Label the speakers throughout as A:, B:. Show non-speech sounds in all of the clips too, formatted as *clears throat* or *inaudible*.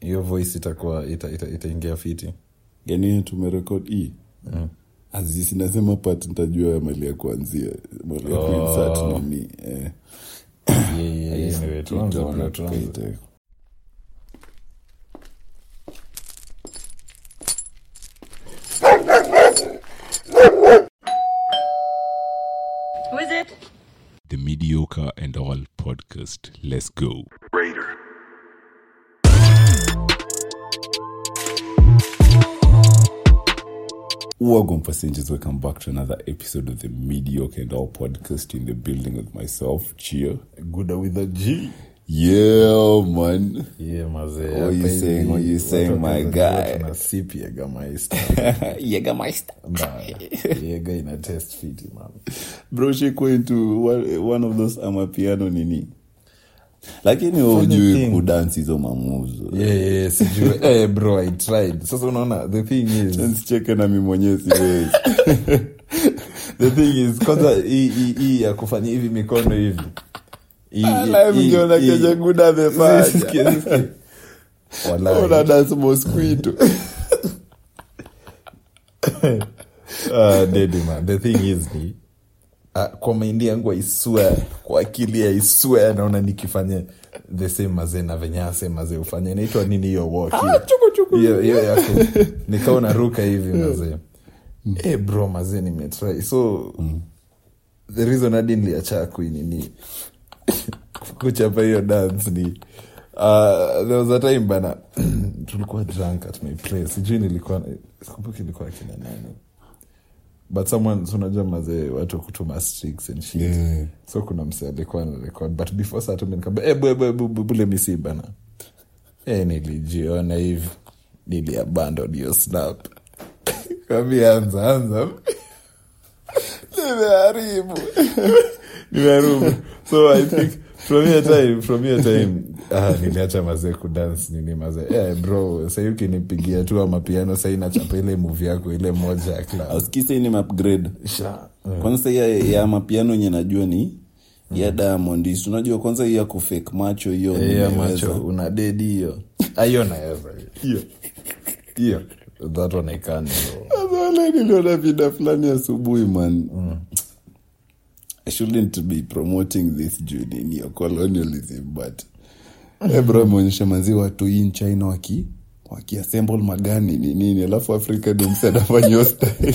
A: hiyo voice itakuwa itaingia ita, ita itaingia fiti
B: yani tumerekod e
A: Eh.
B: mm. azizi nasema pat ntajua ya mali ya kuanzia mali ya kuinsert
A: Oh.
B: nini eh.
A: Yeah, yeah, yeah, anyway, tuanze
B: Itakuwa
A: bro, tuanze.
B: kaita.
C: Who is it?
D: The Mediocre and All podcast. Let's go.
B: Welcome, passengers. Welcome back to another episode of the Mediocre and All podcast in the building with myself, Chia.
A: Good with a G.
B: Yeah, man.
A: Yeah, mazee.
B: What
A: Hapa
B: you
A: hivi
B: saying, what you
A: watu
B: saying, my
A: wakaanza
B: guy?
A: kuwa tunasipia gamaista
B: *laughs* Jägermeister.
A: Nah,
B: *laughs*
A: yega ina test fiti man
B: Bro, she went to one, one of those amapiano nini. Lakini ujui
A: thing.
B: kudansi hizo mamuzo.
A: yeah, yeah,
B: *laughs*
A: sijui eh, bro i tried sasa unaona the thing is
B: Nsicheke na mimi mwenyewe
A: *laughs*
B: siwezi.
A: the thing is
B: *laughs*
A: kwanza hii- hii hii ya kufanya hivi mikono hivi Hii-
B: Ala,
A: hii-
B: mngeona
A: hii- *laughs*
B: kenye guda amefanya.
A: Sikia, sikia.
B: *laughs*
A: Wallahi.
B: Una dance
A: *laughs*
B: mosquito.
A: Ah, Dedi, man. the thing is ni ah, kwa maindi yangu aiswea kwa akili aiswea naona nikifanya the same mazee na venye ase mazee ufanya inaitwa nini hiyo walk hiyo? hiyo hiyo yako nikawa naruka hivi mazee Eh, bro mazee nimetry so the reason hadi niliachaa kuinini kuchapa hiyo dance ni uh, there was a time bana *clears throat* tulikuwa drunk at my place sijui nilikuwa sikumbuki ilikuwa kina nani but someone so unajua mazee watu kutuma streaks and shit
B: Yeah.
A: so kuna mse alikuwa na record but before saa tumi nikamba ebu ebu ebu ebu bule misi bana e nilijiona hivi niliabandon yo snap *laughs* kambia anza anza *laughs* nimeharibu *laughs* nimeharibu so i think from your time from your time ah, niliacha mazee kudance nini mazee eh, bro sahii ukinipigia tu amapiano sahii nachapa ile muvi yako ile moja ya class
B: Ausikise ni mapgrade.
A: Sha-
B: kwanza ya, ya mapiano yenye najua ni ya diamond Si unajua kwanza hii ya kufake macho hiyo
A: Eya
B: nimeweza.
A: Mm. macho una dedi hiyo Ah, hiyo naweza hiyo hiyo that one I can do.
B: Sasa wala niliona vida fulani asubuhi man i shouldn't be promoting this judin ya colonialism but ebro ameonyesha mazi watu hii in china waki wakiassemble magani ni nini alafu afrika domsi anafanya hiyo style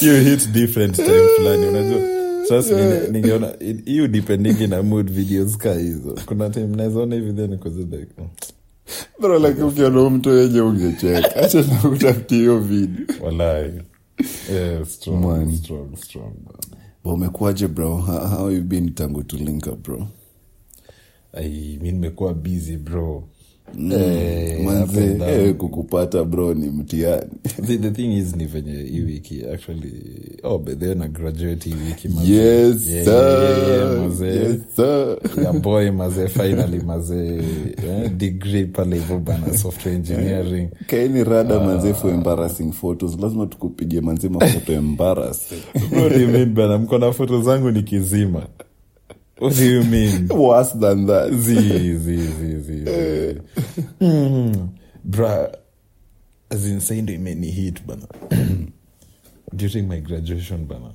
A: you hit different time fulani unajua trust me ni- ningeona it- hiyo dependingi na mood videos ka hizo kuna time nawezaona hivi then because it's like mm,
B: bro lakini ukiona mtu wenye ungecheka acha na utafutie hiyo video
A: walai yeah, strong,
B: Man.
A: strong, strong.
B: Bro, umekuwaje bro how, how you been tangu to link up bro
A: Ai, mi nimekuwa busy bro Eh, up
B: Mm. manze
A: and down.
B: eh, kukupata bro ni mtihani
A: the, the thing is ni venye hii wiki actually oh, but then na graduate hii wiki mazee.
B: yes
A: Yeah,
B: sir.
A: yeah, yeah, mazee.
B: Yes, sir.
A: ya boy mazee finally mazee eh, degree pale hivyo bana software engineering
B: kaini rada manze for embarrassing photos lazima tukupige manze mafoto embarrassing
A: Bro, what do you mean bana mko na foto zangu ni kizima what do you mean
B: *laughs* worse than that
A: zi zi zi zi zi Mm, bra zinsai ndo imeni hit bana *clears throat* during my graduation bana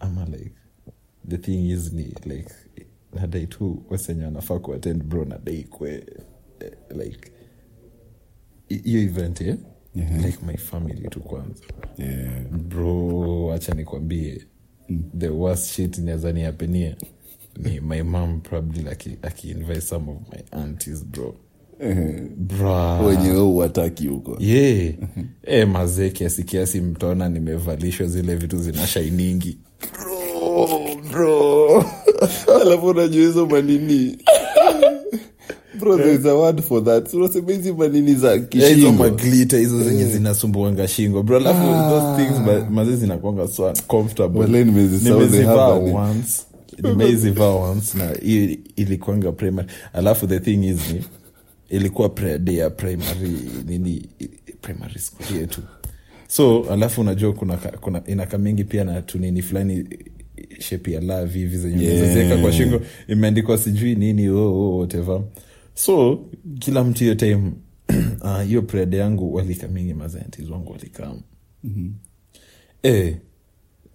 A: ama like the thing is ni like nadai tu wasenye wanafaa kuattend bro nadai kwe eh, like hi- hiyo event eh? like my family tu kwanza
B: yeah.
A: bro acha nikwambie the worst shit inaweza niapenia ni my mom probably aki, aki invite some of my aunties bro
B: Eh.
A: bro
B: wenyewe uwataki huko
A: yeah. e, mazee kiasi kiasi mtaona nimevalishwa zile vitu zina shainingi
B: bro *laughs* alafu unajua hizo manini bro there's a word for that unasema hizi manini za
A: Yeah, Eh, hizo
B: kishingo Eh.
A: maglita hizo zenye zinasumbuanga shingo bro alafu those things ma- mazee zinakwanga so uncomfortable
B: Ah. Wale nimezisahau they
A: nimezivaa
B: have an-
A: once nimeizivaa once na hii ilikwanga primary alafu the thing is ni ilikuwa prayer day ya primary nini primary school yetu so alafu unajua kuna, ka- kuna inakamingi pia na tunini fulani shepi ya lavi hivi zenye unawezaziweka kwa shingo imeandikwa sijui nini oh, oh, whatever so kila mtu hiyo time *clears throat* ah, hiyo uh, pred yangu walikamingi mazantis wangu walikam mm-hmm. eh,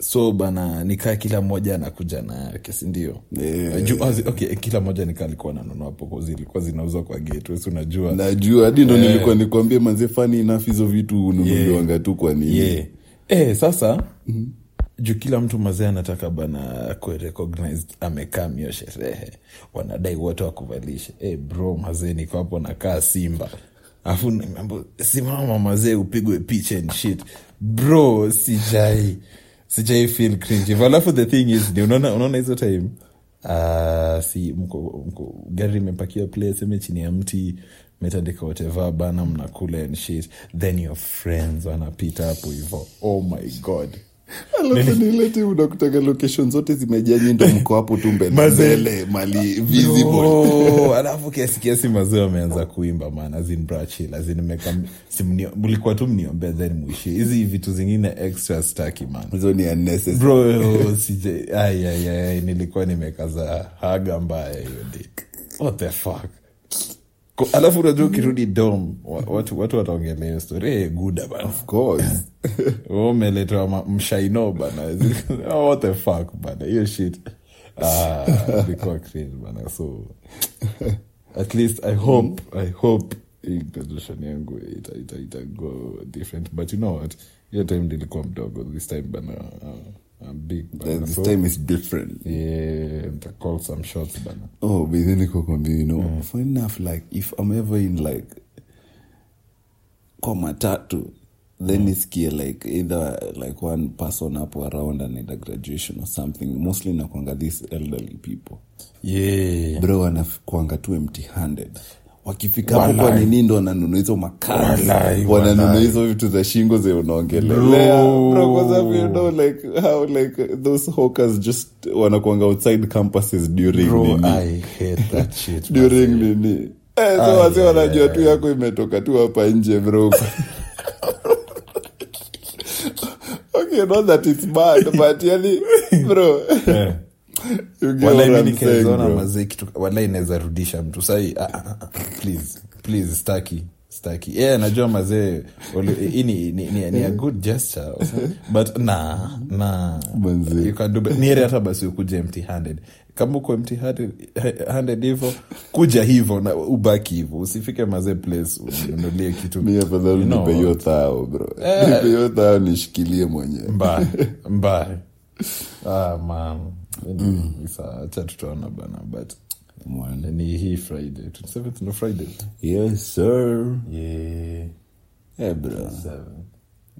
A: so bana nikaa kila mmoja anakuja na yake sindio
B: Yeah.
A: okay, eh, kila mmoja nikaa alikuwa nanunua hapo kwa zilikuwa zinauzwa kwa gate wesi unajua
B: najua hadi ndo nilikuwa nikwambia manze fani enough hizo vitu ununuliwanga tu kwa nini
A: yeah. e, sasa mm-hmm. juu kila mtu mazee anataka bana kurecognized amekaa mio sherehe wanadai wote wakuvalishe e, bro mazee niko hapo nakaa simba afu nimeambiwa, simama mazee upigwe picha and shit bro sijai sijai feel cringe If- alafu the thing is ni unaona unaona hizo time uh, si mko, mko gari imepakiwa place ime chini ya mti metandika whatever bana mnakula and shit then your friends wanapita hapo hivo oh my god
B: alafu nilete unakutaka location zote zimejanyi ndo mko hapo tu mbele
A: Mazee.
B: mbele mali visible
A: No, alafu kiasi kiasi mazee wameanza kuimba man azin brachil azin meka si mnio- mlikuwa tu mniombea then mwishi hizi vitu zingine extra staki man
B: hizo ni unnecessary
A: bro sije ai, ai, ai, nilikuwa nimekaza haga mbaya hiyo di what the fuck Ko- alafu unajua ukirudi dom wa- watu watu wataongelea hiyo story Eh, guda bana
B: of course
A: *laughs* Wewe umeletewa ma- mshaino bana *laughs* Oh, what the fuck bana hiyo shit Ah, ilikuwa cringe bana so at least i hope i hope hii graduation yangu ita- ita- itago different but you know what hiyo time nilikuwa mdogo this time bana uh, I'm big bana
B: this
A: so
B: time is different
A: yeah nita call some shots bana
B: oh but then iko kwambia you know funny enough like if i'm ever in like kwa matatu then niskie like either like one person hapo around anaenda graduation or something mostly nakwanga these elderly people
A: yeah
B: bro wanakwanga tu empty handed wakifika hapo kwa
A: Walai.
B: nini ndo wananunua hizo makadi
A: Walai,
B: wananunua
A: walai.
B: hizo vitu za shingo ze unaongelelea
A: Bro.
B: Bro, kwa sababu you know, like, how, like, those hawkers just wanakwanga outside campuses during
A: bro
B: nini
A: i hate that shit bana.
B: during nini Eh, so wazee wanajua tu yako imetoka tu hapa
A: *laughs*
B: nje bro okay not that it's bad but yani
A: *laughs*
B: bro you get what I'm saying,
A: walainikezona
B: bro.
A: mazee kitu wala inaweza rudisha mtu sahi ah, ah, ah, please please staki staki yeah, najua mazee wali- hii ni, ni, ni, ni a good gesture but na na
B: Manze.
A: You can do bet- ni heri hata basi ukuje empty handed kama uko empty handed- handed hivo kuja hivo na ubaki hivo usifike mazee place ununulie kitu
B: mi afadhali
A: You know,
B: nipe hiyo thao bro *laughs* nipe hiyo thao nishikilie mwenyewe
A: mbaya mbaya
B: *laughs*
A: ah, man
B: Mm.
A: Isa, acha tutaona bana but ni hii friday 27th no friday
B: yes sir
A: yeah
B: Eh, bro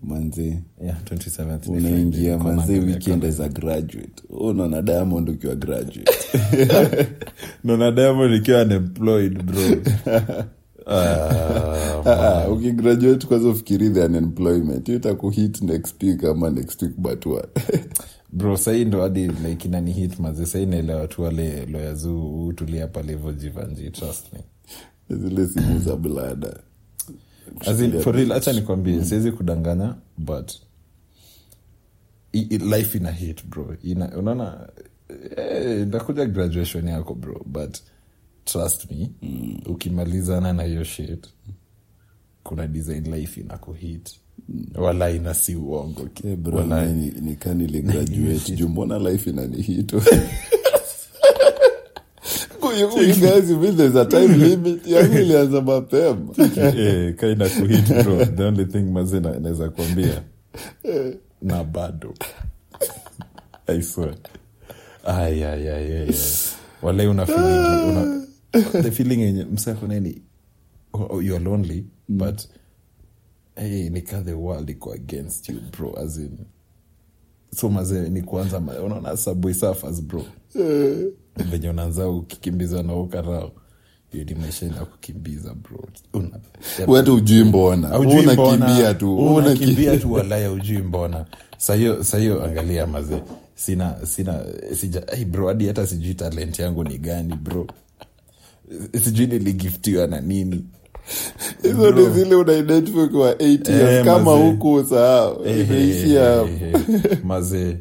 B: manzi
A: 27th ni Friday.
B: unaingia
A: Kona
B: manzi
A: mbele,
B: weekend as a graduate unaona diamond ukiwa *laughs* graduate
A: kona. Naona Diamond ikiwa unemployed *laughs* bro Ah,
B: Ah, ukigraduate kwanza ufikiri the unemployment hiyo itakuhit next week ama next week but what *laughs*
A: bro sahii ndo hadi like inani hit maze sahii naelewa tu wale loya zuu utulia pale hivo jivanji trust me
B: zile simu za blada
A: As in, for real hacha nikwambie siwezi kudanganya but i, i, life ina hit bro ina, unaona eh, ndakuja graduation yako bro but trust me mm. ukimalizana na hiyo shit kuna design life ina kuhit wala ina si uongo ki- wala-
B: nikaniligraduate juu mbona life inanihito guys mean there's a *laughs* time limit yangu ilianza mapema
A: eh, kaina kuhit bro the only thing mazi naweza kuambia na bado *laughs* I swear. Ay, ay, ay, ay, ay. walai una feeling- una- the feeling yenye msakoneni youare Oh, lonely but hey, nika the world iko against you bro as in so mazee ni kuanza ma- unaona subway surfers bro venye unaanza ukikimbiza na ukarao hiyo ni maisha inakukimbiza bro Una-
B: wete ujui mbona
A: Haujui mbona,
B: unakimbia tu
A: unakimbia tu walaya ujui mbona sahiyo sahiyo angalia mazee sina sina sija hey bro hadi hata sijui talent yangu ni gani bro sijui niligiftiwa na nini
B: *laughs* hizo ni zile unaidentify kwa 8 years
A: Eh,
B: kama
A: mazee. Eh,
B: huku usahau
A: Hey, hey,
B: imeishia hapo.
A: hey, hey. mazee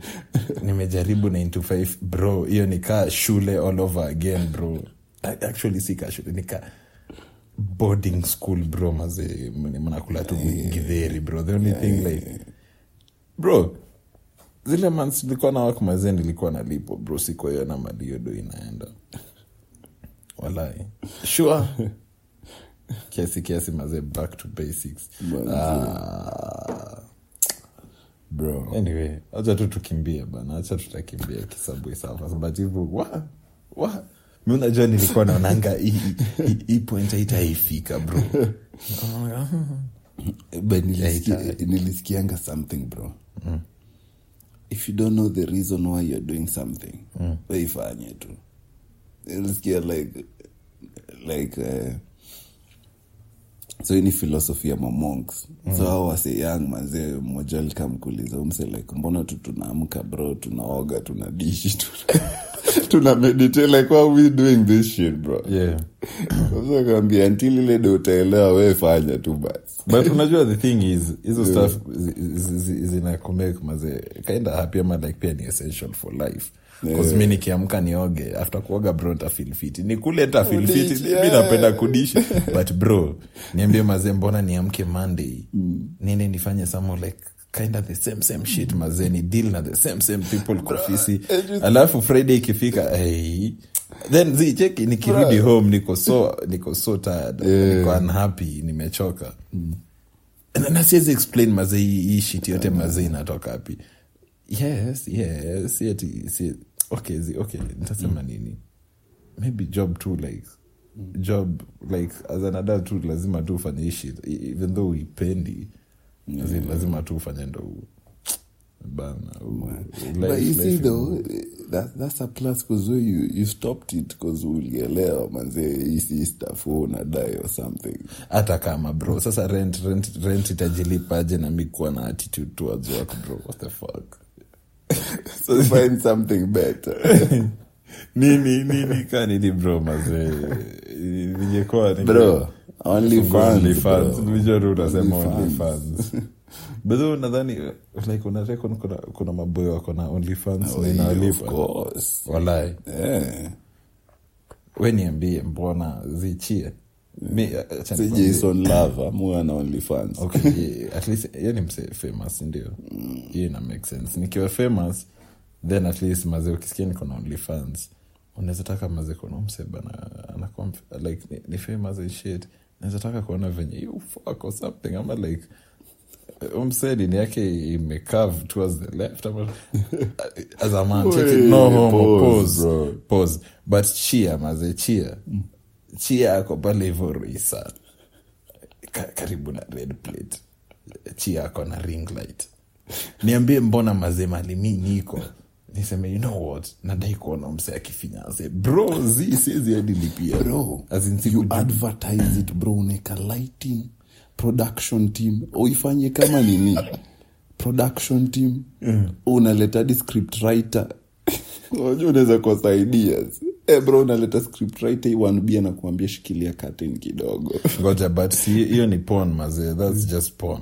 A: nimejaribu 9 to 5 bro hiyo nikaa shule all over again bro A- actually si kaa shule nikaa boarding school bro mazee m- mnakula tu gidheri bro the only thing like bro zile mans nilikuwa na wak mazee nilikuwa nalipo bro sikuwa hiyo na madiodo inaenda walai sure kiasi kiasi mazee back to basics
B: Manze.
A: Ah.
B: *laughs* bro
A: anyway acha tu tukimbie bana acha tutakimbia kisabwe safa but hivyo wa wa mi unajua nilikuwa naonanga hii- hii- hii point haitaifika bro
B: but nilisikia,
A: ita-
B: nilisikianga something bro if you don't know the reason why you're doing something waifanye tu nilisikia like like uh, so hii ni philosophy ya mamonks so hao wase young mazee mmoja alikam kuuliza umse like mbona tu tunaamka bro tunaoga tuna dishi *laughs* tuna, tuna meditate like why are we doing this shit
A: *laughs*
B: bro
A: yeah
B: sasa kaambia until ile do utaelewa we fanya tu basi
A: but unajua the thing is hizo stuff zinakomeka maze kaenda happy ama like pia ni essential for life yeah. mi nikiamka nioge after kuoga bro tafil fiti ni kule tafil
B: Kudishi,
A: fiti
B: yeah.
A: mi napenda kudishi but bro niambie mazee mbona niamke monday niende nifanye samo like kind of the same same shit mazee ni deal na the same same people kwa ofisi
B: everything-
A: alafu friday ikifika hey, then zi cheki nikirudi
B: Bruh.
A: home niko so niko so tired niko unhappy nimechoka
B: Mm.
A: Na- na siwezi explain mazee hii hii shit yote mazee inatoka api yes yes si ati- si- okay zi- okay nitasema
B: Mm.
A: nini maybe job too like job like as an adult tu lazima tu ufanye hii shit e- even though uipendi As in, lazima tu ufanye ndo u- bana u- life-
B: but you see
A: life
B: though that, that's a plus because you, you stopped it because ulielewa manze isi stuff wewe unadai or something
A: hata kama bro sasa rent rent rent itajilipaje na mi kuwa na attitude towards work bro what the fuck
B: *laughs* so find something better
A: *laughs* nini nini ka nini bro mazee ningekuwa ninge-
B: bro only
A: Fungo
B: fans
A: OnlyFans.
B: bro.
A: Nilijua tu unasema
B: OnlyFans.
A: OnlyFans. By the way, nadhani like una reckon kuna, kuna maboyo wako na OnlyFans
B: Oh,
A: na
B: yeah, of
A: inawalipa?
B: course
A: walai
B: yeah
A: we niambie mbona zichie Mi, eh, acha
B: si
A: nikwambie.
B: Jason Lava muwe na only fans
A: Okay,
B: *laughs*
A: ye- at least ye ni mse famous ndio hiyo ina make sense nikiwa famous then at least maze ukisikia niko na only fans unaweza taka maze kuona mse bana anakuwa mf- like ni, ni famous and shit naweza taka kuona venye you fuck or something ama like umse dini yake imecave towards the left ama *laughs* as a man check it. no
B: Wee,
A: homo
B: pause,
A: pause
B: bro.
A: pause but chia maze chia chia ako pale hivyo ruisa ka, karibu na red plate chi yako na ring light niambie mbona mazee mali mi niko niseme you know what nadai kuona mse akifinyaze bro zi siwezi hadi lipia
B: bro
A: As in, siku-
B: you advertise it bro unaweka lighting production team uifanye kama nini production team unaleta hadi script writer *laughs* unajua unaweza kosa ideas Eh bro unaleta script writer iwanbia na kuambia shikilia curtain kidogo
A: ngoja but si- hiyo ni pon mazee thats just pon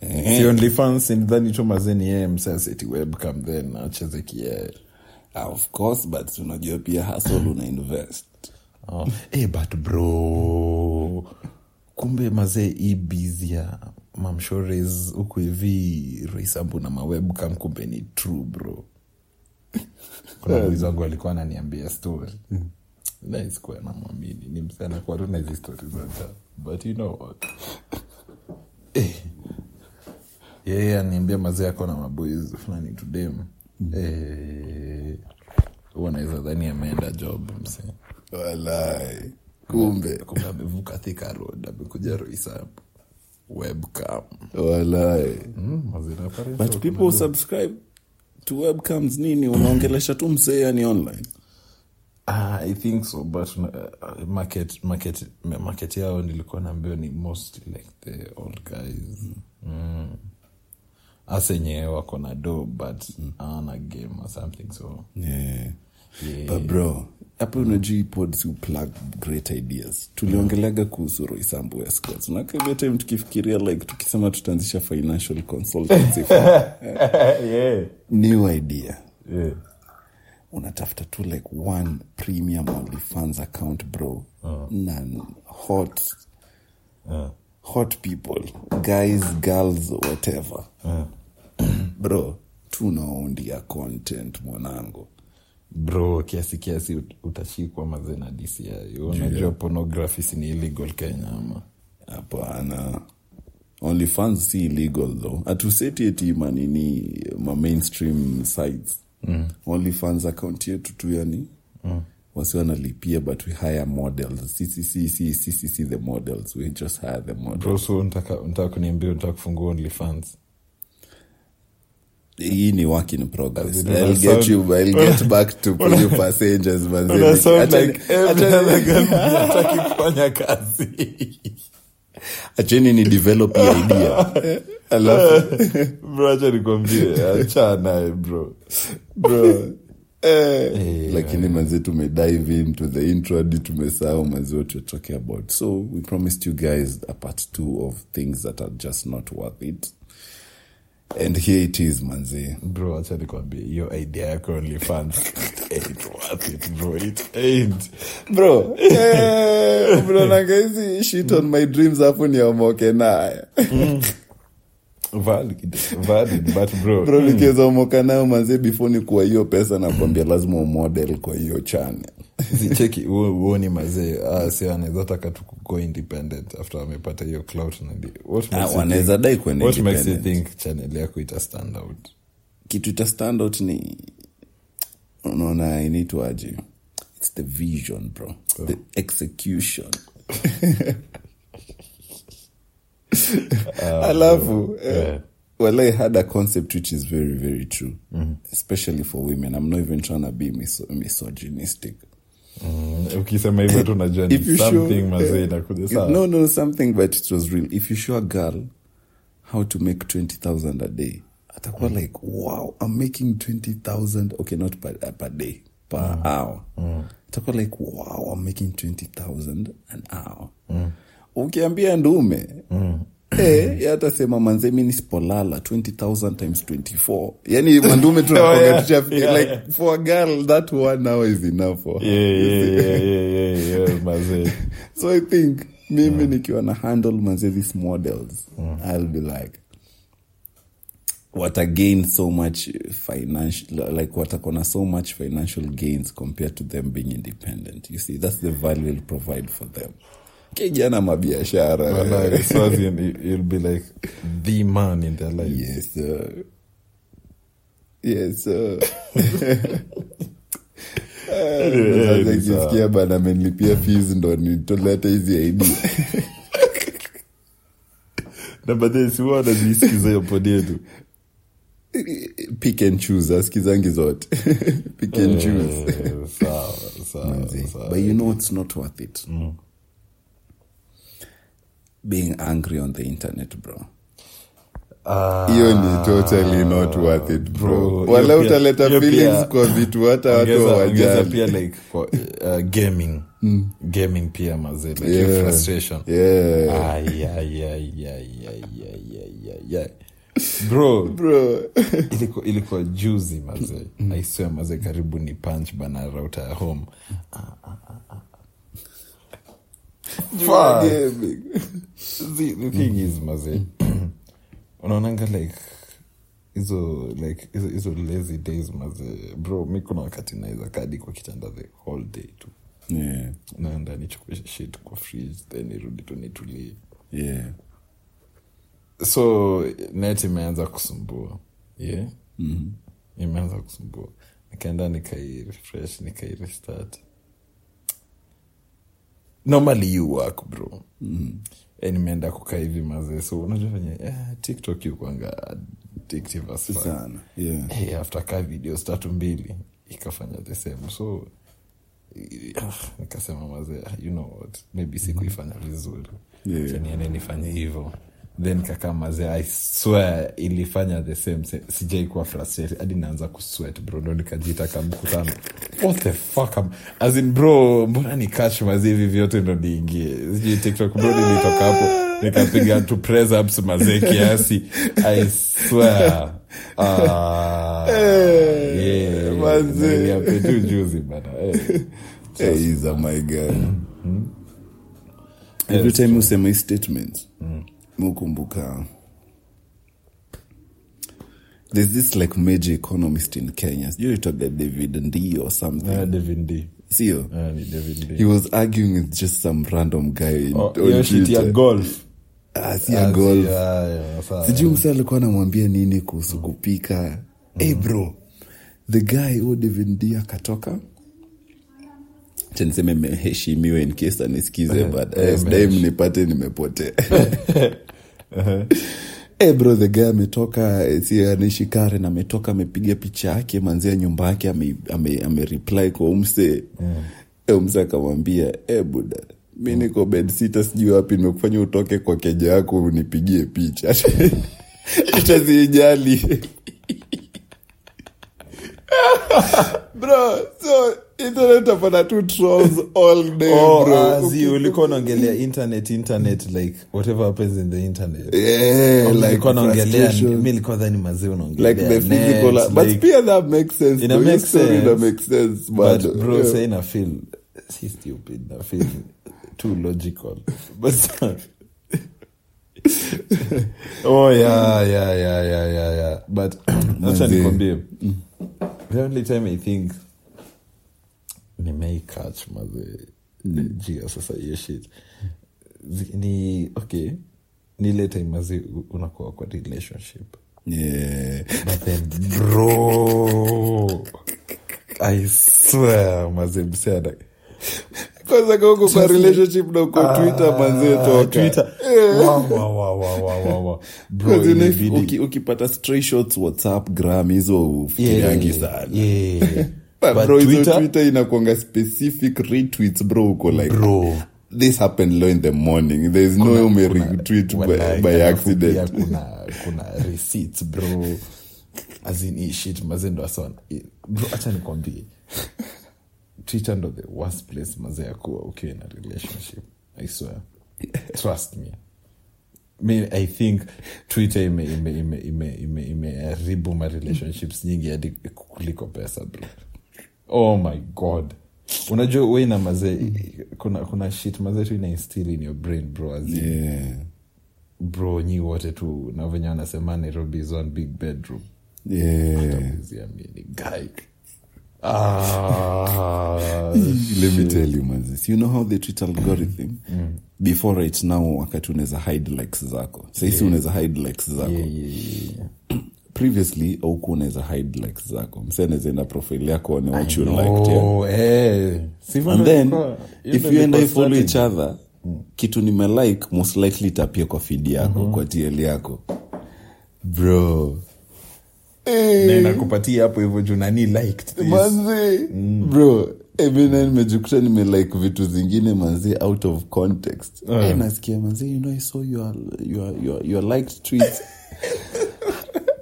B: Eh,
A: si
B: Mm.
A: onlyfans ndhani tu mazee ni yeye mse aseti webcam then acheze kiyeye
B: Ah, of course but unajua pia hasol una invest
A: oh. hey, but bro kumbe mazee ibs ya mamshores huku hivi roisambu na mawebcam kumbe ni true bro *laughs* kuna mwizi wangu alikuwa ananiambia story naisikuwa namwamini ni msana kuwa tuna hizi stori zote but you know what *laughs* Eh. yeye yeah, aniambia mazee ako na maboys fulani tudem mm. eh, huwa naweza dhani ameenda job msee
B: walai kumbe
A: kumbe amevuka thika road amekuja roisam webcam
B: walai
A: Mm, mazina pale.
B: but people subscribe to webcams nini unaongelesha tu msee yani online
A: Ah, i think so but uh, market, market, market yao nilikuwa naambio ni mostly like the old guys mm. asenyewe wako na do but mm. ana game or something so
B: yeah.
A: yeah. Mm.
B: but bro hapa unajua hii pod si uplug great ideas tuliongelaga kuhusu roisambu escorts na kile time tukifikiria like tukisema tutaanzisha financial
A: *laughs*
B: consultancy
A: yeah.
B: new idea
A: Yeah.
B: unatafuta tu like one premium onlyfans account bro
A: Uh.
B: nan hot hot people guys girls whatever
A: Uh.
B: bro tunaondia content mwanangu
A: bro kiasi kiasi ut- utashikwa mazee na dci unajua pornography si ni illegal kenya ama
B: hapana onlyfans si illegal though hatuseti eti manini ma mainstream sites mm. onlyfans account yetu tu yani mm. wasi wanalipia but we hire models sisi si si si si si the models we just hire the model
A: bro so unataka unataka kuniambia unataka kufungua onlyfans
B: hii ni work in progress
A: As in,
B: i'll
A: una
B: get
A: sound-
B: you
A: *laughs*
B: i'll get back to you passengers
A: Una sound
B: manzeni
A: like every *laughs* other girl hataki kufanya kazi
B: acheni ni develop hii idea
A: *laughs*
B: alafu
A: bro acha nikwambie achana
B: *laughs*
A: bro
B: bro eh, lakini manzi tumedive into the intro hadi tumesahau manzi what we're talking about so we promised you guys a part two of things that are just not worth it and here it is manzi
A: bro acha nikwambie hiyo idea yako onlyfans ain't worth it bro it ain't
B: bro eh, *laughs* *laughs* mnaonanga hizi shit on my dreams hapo ni omoke nayo
A: valid valid but bro,
B: bro nikiweza omoka nayo manzi before ni kuwa hiyo pesa nakwambia lazima umodel kwa hiyo chane
A: sicheki huo huo ni mazee ah, si anaweza taka tu go independent after amepata hiyo clout na ndio- what makes you
B: Ah, wanaweza
A: think-
B: dai kwenda
A: what makes you
B: independent?
A: think channel yako ita stand out
B: kitu cha standout ni unaona inaitwaje its the vision bro the execution alafu eh, well i had a concept which is very very true especially for women i'm not even trying to be miso misogynistic
A: Mm, ukisema hivyo tu najua ni
B: If you
A: something
B: show-
A: mazee
B: eh,
A: inakuja sawa
B: no no something but it was real if you show a girl how to make 20000 a day atakuwa
A: Mm.
B: like wow i'm making 20000 okay not per, uh, per day
A: Mm.
B: per hour atakuwa like wow i'm making 20000 an hour
A: Mm.
B: ukiambia ndume Eh, yeye atasema manze mi nisipolala 20000 times 24 yani
A: *laughs*
B: mandume
A: Oh, yeah,
B: tunakogatushafikiri
A: yeah,
B: like for a girl that one hour is enough for her.
A: Yeah, yeah, yeah, yeah, yeah, yeah, mazee
B: so i think mimi nikiwa na handle manze these models
A: Mm.
B: i'll be like watagain so much financial like watakona so much financial gains compared to them being independent you see that's the value we'll provide for them kijana
A: *laughs*
B: mabiashara
A: Wallahi, so as in, you- you'll be like the man in their life
B: yes sir. yes
A: *laughs*
B: sir.
A: yeah,
B: Sasa
A: ni sawa.
B: ikisikia bana amenilipia fees ndo nitoleta hizi id
A: na baadaye si huwa wanajisikiza hiyo pod *laughs* yetu
B: pick and choose askizangi zote *laughs* pick and choose
A: Eh, sawa sawa sawa
B: but you know it's not worth it
A: Mm.
B: being angry on the internet bro
A: Ah.
B: hiyo ni totally not worth it bro
A: bro,
B: wala
A: hiyo pia-
B: utaleta
A: hiyo pia-
B: feelings kwa vitu hata watu
A: Ongeza- ongeza
B: wajali
A: pia like kwa, uh, gaming gaming pia mazee like hiyo
B: Yeah.
A: frustration
B: yeah
A: Ai, ai, ai, ai, ai, ai, ai, ai, ai. bro
B: bro
A: ilikuwa ilikuwa juzi mazee aisea mazee karibu ni punch bana rauta ya home Ah, Fuck.
B: Gaming. *laughs*
A: the, the thing is mazee *clears throat* unaonanga like hizo like hizo- hizo lazy days mazee bro mi kuna wakati naweza kadi kwa kitanda the whole day tu
B: yeah
A: naenda nichukue shit kwa fridge then nirudi tu nitulie
B: yeah
A: so net imeanza kusumbua yeah? mm-hmm. imeanza kusumbua nikaenda nikairefresh nikairestart normally you work bro mm-hmm. nimeenda kukaa hivi mazee so unajua venye eh, tiktok yukwanga addictive as fuck.
B: sana yeah
A: hey, Eh, after ka videos tatu mbili ikafanya the same so ah, nikasema mazee ah, you know what maybe sikuifanya vizuri
B: Yeah.
A: Acha niende nifanye hivyo then kaka mazee i swear ilifanya the same se- sijai kuwa frustrated hadi naanza kusweat bro ndo nikajita kamkutano what the fuck am as in bro mbona ni cash mazee hivi vyote ndo niingie sijui tiktok bro nilitoka hapo nikapiga tu press ups mazee kiasi i swear Ah,
B: Eh,
A: yeah,
B: mazee.
A: niliape tu juzi bana eh.
B: Hey, za my girl.
A: Mm-hmm.
B: every time usema hii statement
A: Mm.
B: mukumbuka there's this like major economist in kenya sijui anaitwaga david ndii or something
A: Ah, Devin D.
B: sio
A: Ah, ni Devin D.
B: he was arguing with just some random guy in,
A: Oh,
B: on
A: hiyo shit ya
B: Twitter.
A: golf
B: Ah, si ya golf.
A: Ah, yeah, sawa.
B: sijui msa alikuwa anamwambia nini kuhusu kupika hey
A: Mm-hmm.
B: bro the guy huyo David D akatoka Acha niseme meheshimiwe in case anisikize baadaye sidai mnipate *laughs* nimepotea *laughs* Eh bro the guy ametoka eh, si anaishi Karen ametoka amepiga picha yake manzia nyumba yake ame, ame, ame reply kwa umse yeah. umse akamwambia eh buda mi niko bedsitter sijui wapi nimekufanya utoke kwa keja yako unipigie picha *laughs* hata zijali bro so internet utapata tu trolls all day
A: Oh,
B: Eh, bro
A: ah, zi, ulikuwa unaongelea internet internet like whatever happens in the internet
B: yeah,
A: Ulikuwa
B: Eh, like
A: unaongelea
B: frustration.
A: mi ilikuwa dhani mazee unaongelea
B: like the
A: net,
B: physical but
A: like-
B: pia that makes sense
A: Ina
B: though. Hiyo
A: make
B: story ina
A: sense.
B: make sense
A: but
B: bado.
A: bro
B: Yeah.
A: yeah. say na feel si stupid na feel *laughs* too logical but *laughs* oh yeah yeah yeah yeah yeah yeah but *clears throat* acha
B: Manze.
A: nikwambie the only time i think nimei catch maze jia sasa hiyo shit Zi- ni okay ni ile time mazi unakuwa kwa relationship
B: Yeah.
A: But then, bro, I swear, maze msee ana-
B: kwanza kama uko kwa relationship na uko twitter manzee
A: Ah,
B: toka
A: Twitter. Wa, wa, wa, wa, wa, wa, wa. Bro,
B: Kwanza ina-
A: ilibidi-
B: uki- ukipata stray shots whatsapp gram hizo ufikirangi
A: Yeah,
B: sana
A: yeah.
B: But
A: But
B: *laughs* bro, hizo
A: Twitter-
B: twitter inakwanga specific retweets bro uko like
A: Bro.
B: this happened low in the morning there's no ume retweet by,
A: Walai,
B: by
A: alafu
B: accident
A: pia kuna kuna receipts bro azin ishit mazendo asona bro hacha nikwambie twitter ndo the worst place maze ya kuwa ukiwa in a relationship i swear trust me mi i think twitter ime ime ime ime ime imeharibu ma relationships nyingi hadi kuliko pesa bro oh my god unajua we na mazee kuna kuna shit mazee tu ina instill in your brain bro as in,
B: yeah.
A: bro nyi wote tu na venye wanasema nairobi is one big bedroom
B: Yeah.
A: tamuziamini guy
B: *laughs*
A: Ah,
B: let me tell you man this you know how they treat algorithm
A: Mm.
B: before right now wakati unaweza hide likes zako saisi unaweza hide likes zako
A: yeah, yeah, yeah.
B: previously auku unaweza hide likes zako mse anaweza enda profile yako one what you liked yeah.
A: Oh, eh. Sivyo
B: and
A: ndo
B: then
A: ilikuwa-
B: if
A: hiyo
B: you
A: ndo
B: and i
A: ilikuwa
B: follow each
A: strategy. Mm.
B: other kitu nimelike most likely itapia kwa feed yako
A: Mm-hmm.
B: kwa tl yako bro
A: Na inakupatia hapo hivyo juu nani liked this.
B: manzi bro ebina nimejikuta nimelike vitu zingine manzi out of context Eh, nasikia manzi you know i saw your, your, your, your liked *laughs* tweets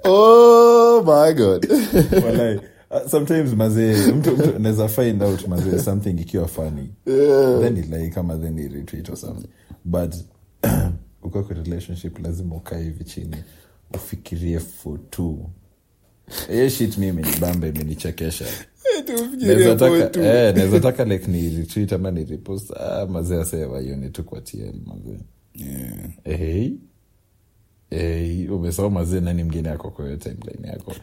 B: oh my *laughs* god
A: Walai. Uh, sometimes mazee mtu mtu anaweza find out mazee something ikiwa funny then it like kama then it retreat or something but *clears throat* ukiwa kwa relationship lazima ukae hivi chini ufikirie for two hiyo shit mi imenibamba imenichekesha Naweza taka- eh, naweza taka like ni retweet ama ni repost ah, mazee asewa hiyo ni tu kwa tl mazee
B: Yeah.
A: Hey. Hey, umesahau mazee nani mgine yako kwa hiyo timeline yako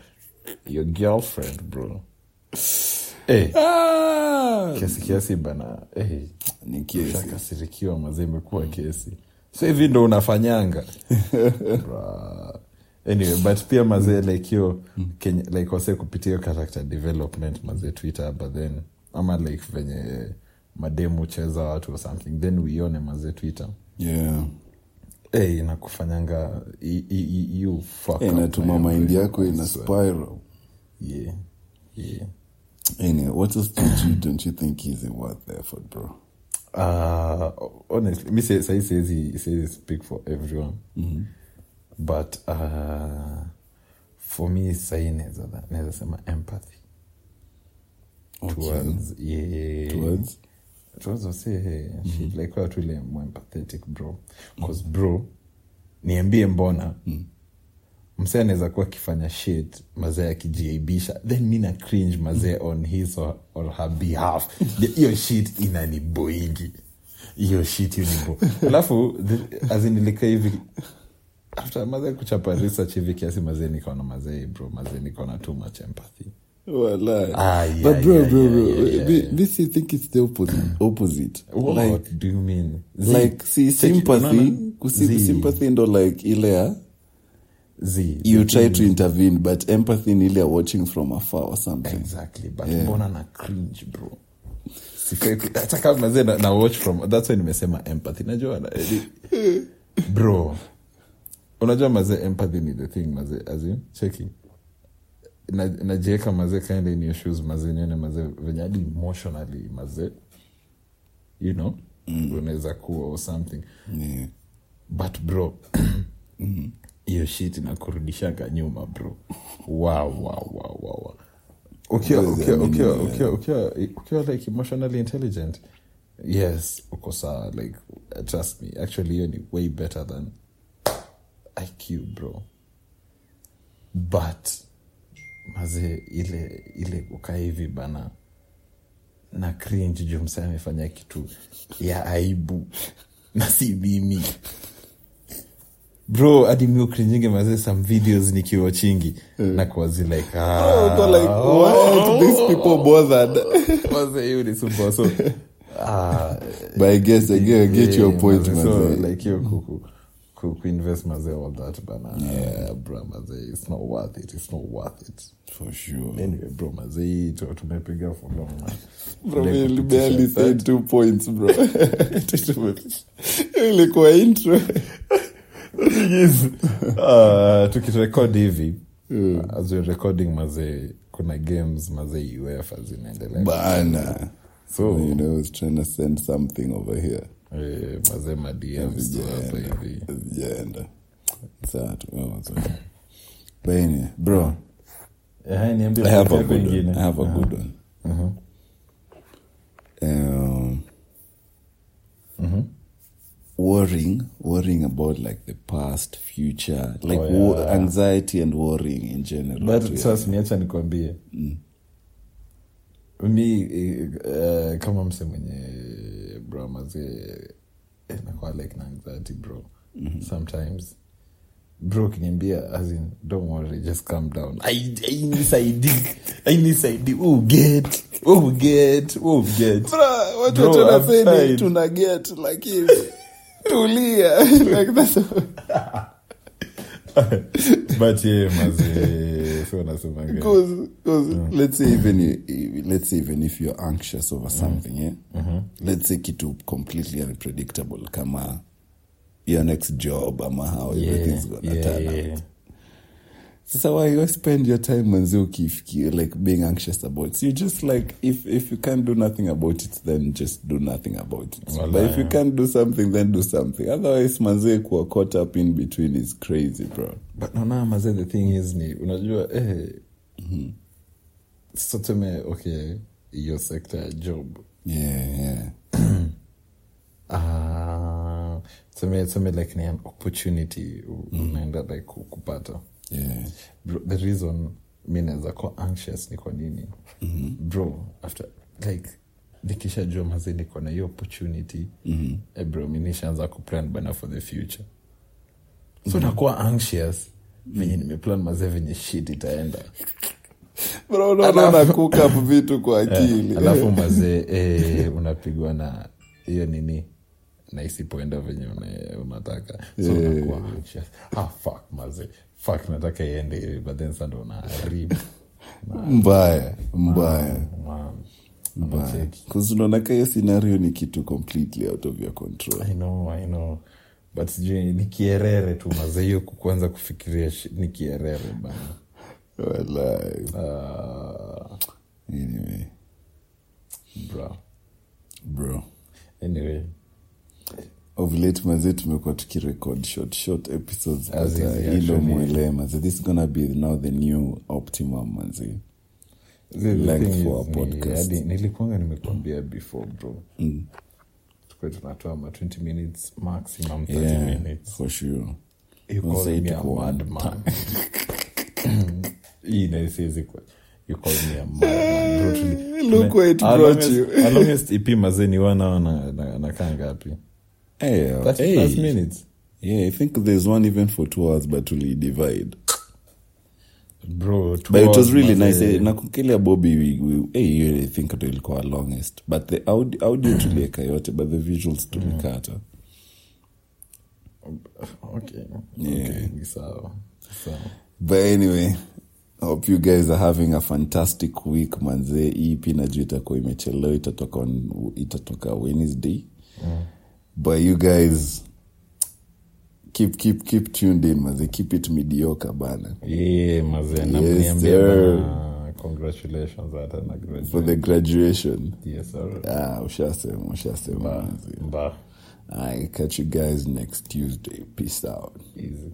A: your girlfriend bro hey. kiasi kiasi bana hey.
B: Ah! Ni kiasi.
A: Ushakasirikiwa mazee imekuwa kesi so hivi ndo unafanyanga Bra. anyway but pia mazee like hiyo Kenya- like wase kupitia hiyo character development mazee twitter but then ama like venye mademu cheza watu or something then uione mazee twitter
B: yeah
A: Hey, Eh, inakufanyanga i- i- i- you fuck up
B: Eh, inatuma
A: na hiyo
B: mind
A: brain.
B: yako ina spiral
A: Yeah. Yeah.
B: anyway what else don't you, don't you think is worth the effort bro Mm-hmm.
A: Ah, honestly mi se- sahi siwezi siwezi speak for everyone but uh, for me sahii naweza naweza sema empathy
B: Okay.
A: towards yeah,
B: Towards?
A: towards wase shit, eh, like watu ile more empathetic bro cause bro niambie mbona msee anaweza kuwa akifanya shit mazee akijiaibisha then mi na cringe mazee on his or, or her behalf The- hiyo shit inaniboingi hiyo shit unibo alafu the- as in nilikaa hivi after mazee kuchapa research hivi kiasi mazee nikaona mazee bro mazee nikaona too much empathy
B: Walai.
A: Ah, yeah,
B: but bro,
A: yeah,
B: bro,
A: yeah,
B: bro,
A: yeah, yeah,
B: thi-
A: yeah.
B: this I think it's the *clears throat* opposite. opposite.
A: what
B: Like,
A: do you mean Z-
B: like see
A: take-
B: sympathy,
A: unaona?
B: kusi-
A: Z-
B: sympathy ndo like ile ya
A: Z,
B: you try to intervene, but empathy ni ile ya watching from afar or something.
A: exactly but mbona na cringe bro Sikai- hata kama mazee na, na watch from that's why nimesema empathy najua
B: *laughs*
A: na- eh, bro unajua mazee empathy ni the thing mazee as in cheki Na- najieka mazee kind in your shoes mazee nione mazee venye hadi emotionally mazee you know
B: Mm.
A: unaweza kuwa or something
B: Yeah.
A: but bro *clears throat* hiyo shit inakurudishanga nyuma bro wow, wow, wow, wow, wow. Ukiwa-
B: Huwezi
A: ukiwa-
B: amini,
A: ukiwa-
B: yeah.
A: ukiwa- ukiwa ukiwa, like emotionally intelligent yes uko sawa like uh, trust me actually hiyo ni way better than iq bro but maze ile ile kukaa hivi bana na cringe juu msee amefanya kitu ya aibu na si mimi bro hadi mi ukrinjinge mazee some videos nikiwachingi na kuwazi like ah,
B: Uko Oh, like, what? *laughs* These people bothered. *laughs*
A: mazee "Ah, hiyo ni super so *laughs* ah,
B: but I guess I get, I get
A: yeah,
B: your point,
A: mazee.
B: man.
A: So,
B: Like,
A: like hiyo ku- ku- ku- kuinvest mazee all that bana yeah, bro mazee it's not worth it it's not worth it
B: for sure.
A: anyway bro mazee tu- tumepiga for long man.
B: *laughs* Bro,
A: Like,
B: we
A: kupitisha
B: barely said two points, bro. *laughs* Ilikuwa intro. *laughs*
A: Yes. Uh, tukirekodi hivi as we're recording mazee kuna games mazee uefa zinaendelea
B: Bana.
A: So-
B: you know, I was trying to send something over here.
A: Eh, mazee madhapa
B: Hazijaenda.
A: hivi
B: Hazijaenda. Sawa tu, uh, oh, sawa. But anyway, bro,
A: Eh, niambie
B: I have a
A: yako
B: good
A: ingine.
B: one. I have a
A: Aha.
B: good one.
A: Uh-huh.
B: Um,
A: Mm-hmm.
B: worrying, worrying about like the past, future, like
A: Oh,
B: wo-
A: yeah.
B: anxiety and worrying in general.
A: but
B: too, yeah.
A: sasa niacha nikwambie
B: Mm.
A: mi eh, eh, kama mse mwenye bro mazie nakuwa like na anxiety bro
B: Mm-hmm.
A: sometimes bro ukiniambia as in don't worry just calm down I- ainisaidi ainisaidi uget uget uget
B: Bro, watu
A: Bro,
B: tuna
A: I'm
B: say ni
A: fine.
B: tuna get
A: *laughs*
B: lakini tulia *laughs* like that's
A: but ye mazie so nasemanga
B: because because let's say even i- let's say even if you're anxious
A: Mm-hmm.
B: over something yeah let's say kitu completely unpredictable kama your next job ama how
A: Yeah,
B: everything's gonna
A: yeah,
B: turn
A: yeah.
B: out sasa why you spend your time manzi ukifikia like being anxious about it you just like if if you can't do nothing about it then just do nothing about it but if you can't do something then do something otherwise manzi kuwa caught up in between is crazy bro
A: but naona maze the thing is ni unajua eh, sasa tuseme, okay hiyo sekta ya job
B: yeah yeah
A: Ah, tuseme tuseme like ni an opportunity u- unaenda like ku- kupata
B: yeah
A: bro, the reason mi naweza kuwa anxious ni kwa nini
B: Mm-hmm,
A: bro after like nikishajua maze niko na hiyo opportunity
B: mm-hmm.
A: eh, bro mi nishaanza kuplan bana for the future so nakuwa anxious venye nimeplan mazee venye shit itaenda
B: bro unaona una cook up vitu kwa
A: *laughs*
B: akili
A: Eh, alafu mazee eh, unapigwa na hiyo nini na isipoenda venye una- unataka so unakuwa anxious. ah, fuck mazee fuck nataka iende hivi but then sando unaharibu
B: mbaya mbaya
A: Man, unacheki.
B: kuzunaonaka hiyo scenario ni kitu completely out of your control
A: I know, I know. but sijui ni kierere tu mazee hiyo kuanza kufikiria shi- ni kierere bana
B: Walai.
A: Ah,
B: anyway
A: bro
B: bro
A: anyway
B: of late mazee tumekuwa tukirecord short short episodes
A: As
B: but
A: is,
B: uh,
A: yeah,
B: hilo
A: actually.
B: mwele mazee this is gonna be now the new optimum mazee Like for a podcast.
A: nilikuanga nimekuambia before bro mm. tukwe tunatoa ma 20 minutes maximum 30
B: yeah,
A: minutes
B: for sure
A: You
B: Don't
A: call
B: say
A: me
B: it
A: a
B: kwa-
A: madman. *laughs* Hii na isiwezi kuwa- you call me a madman, bro, tuli-
B: Eh, Look where it
A: Our
B: brought
A: longest-
B: you.
A: our longest ep mazee ni one hour na- na- na kaa ngapi
B: Hey, uh,
A: 30 plus
B: hey.
A: minutes
B: yeah i think there's one even for two hours but we divide
A: bro two
B: but it was
A: hours
B: really
A: mazee.
B: nice eh, nakukilia bobi we- we- eh, hiyo i think ndo ilikuwa longest but the aud- *clears throat* audio tulieka yote but the visuals tulikata
A: Okay,
B: Yeah.
A: okay, ni sawa sawa
B: but anyway hope you guys are having a fantastic week manzee hii pi najua itakuwa imechelewa itatoka, on- itatoka wednesday Mm. but you guys keep keep keep tuned in manzee keep it mediocre bana
A: Yeah, mazee, na
B: Yes,
A: mniambie
B: sir.
A: bana, congratulations hata na
B: for the
A: graduation.
B: graduation
A: Yes, sir.
B: ah ushasema ushasema manzee
A: Mbaya.
B: i catch you guys next tuesday peace out
A: Easy.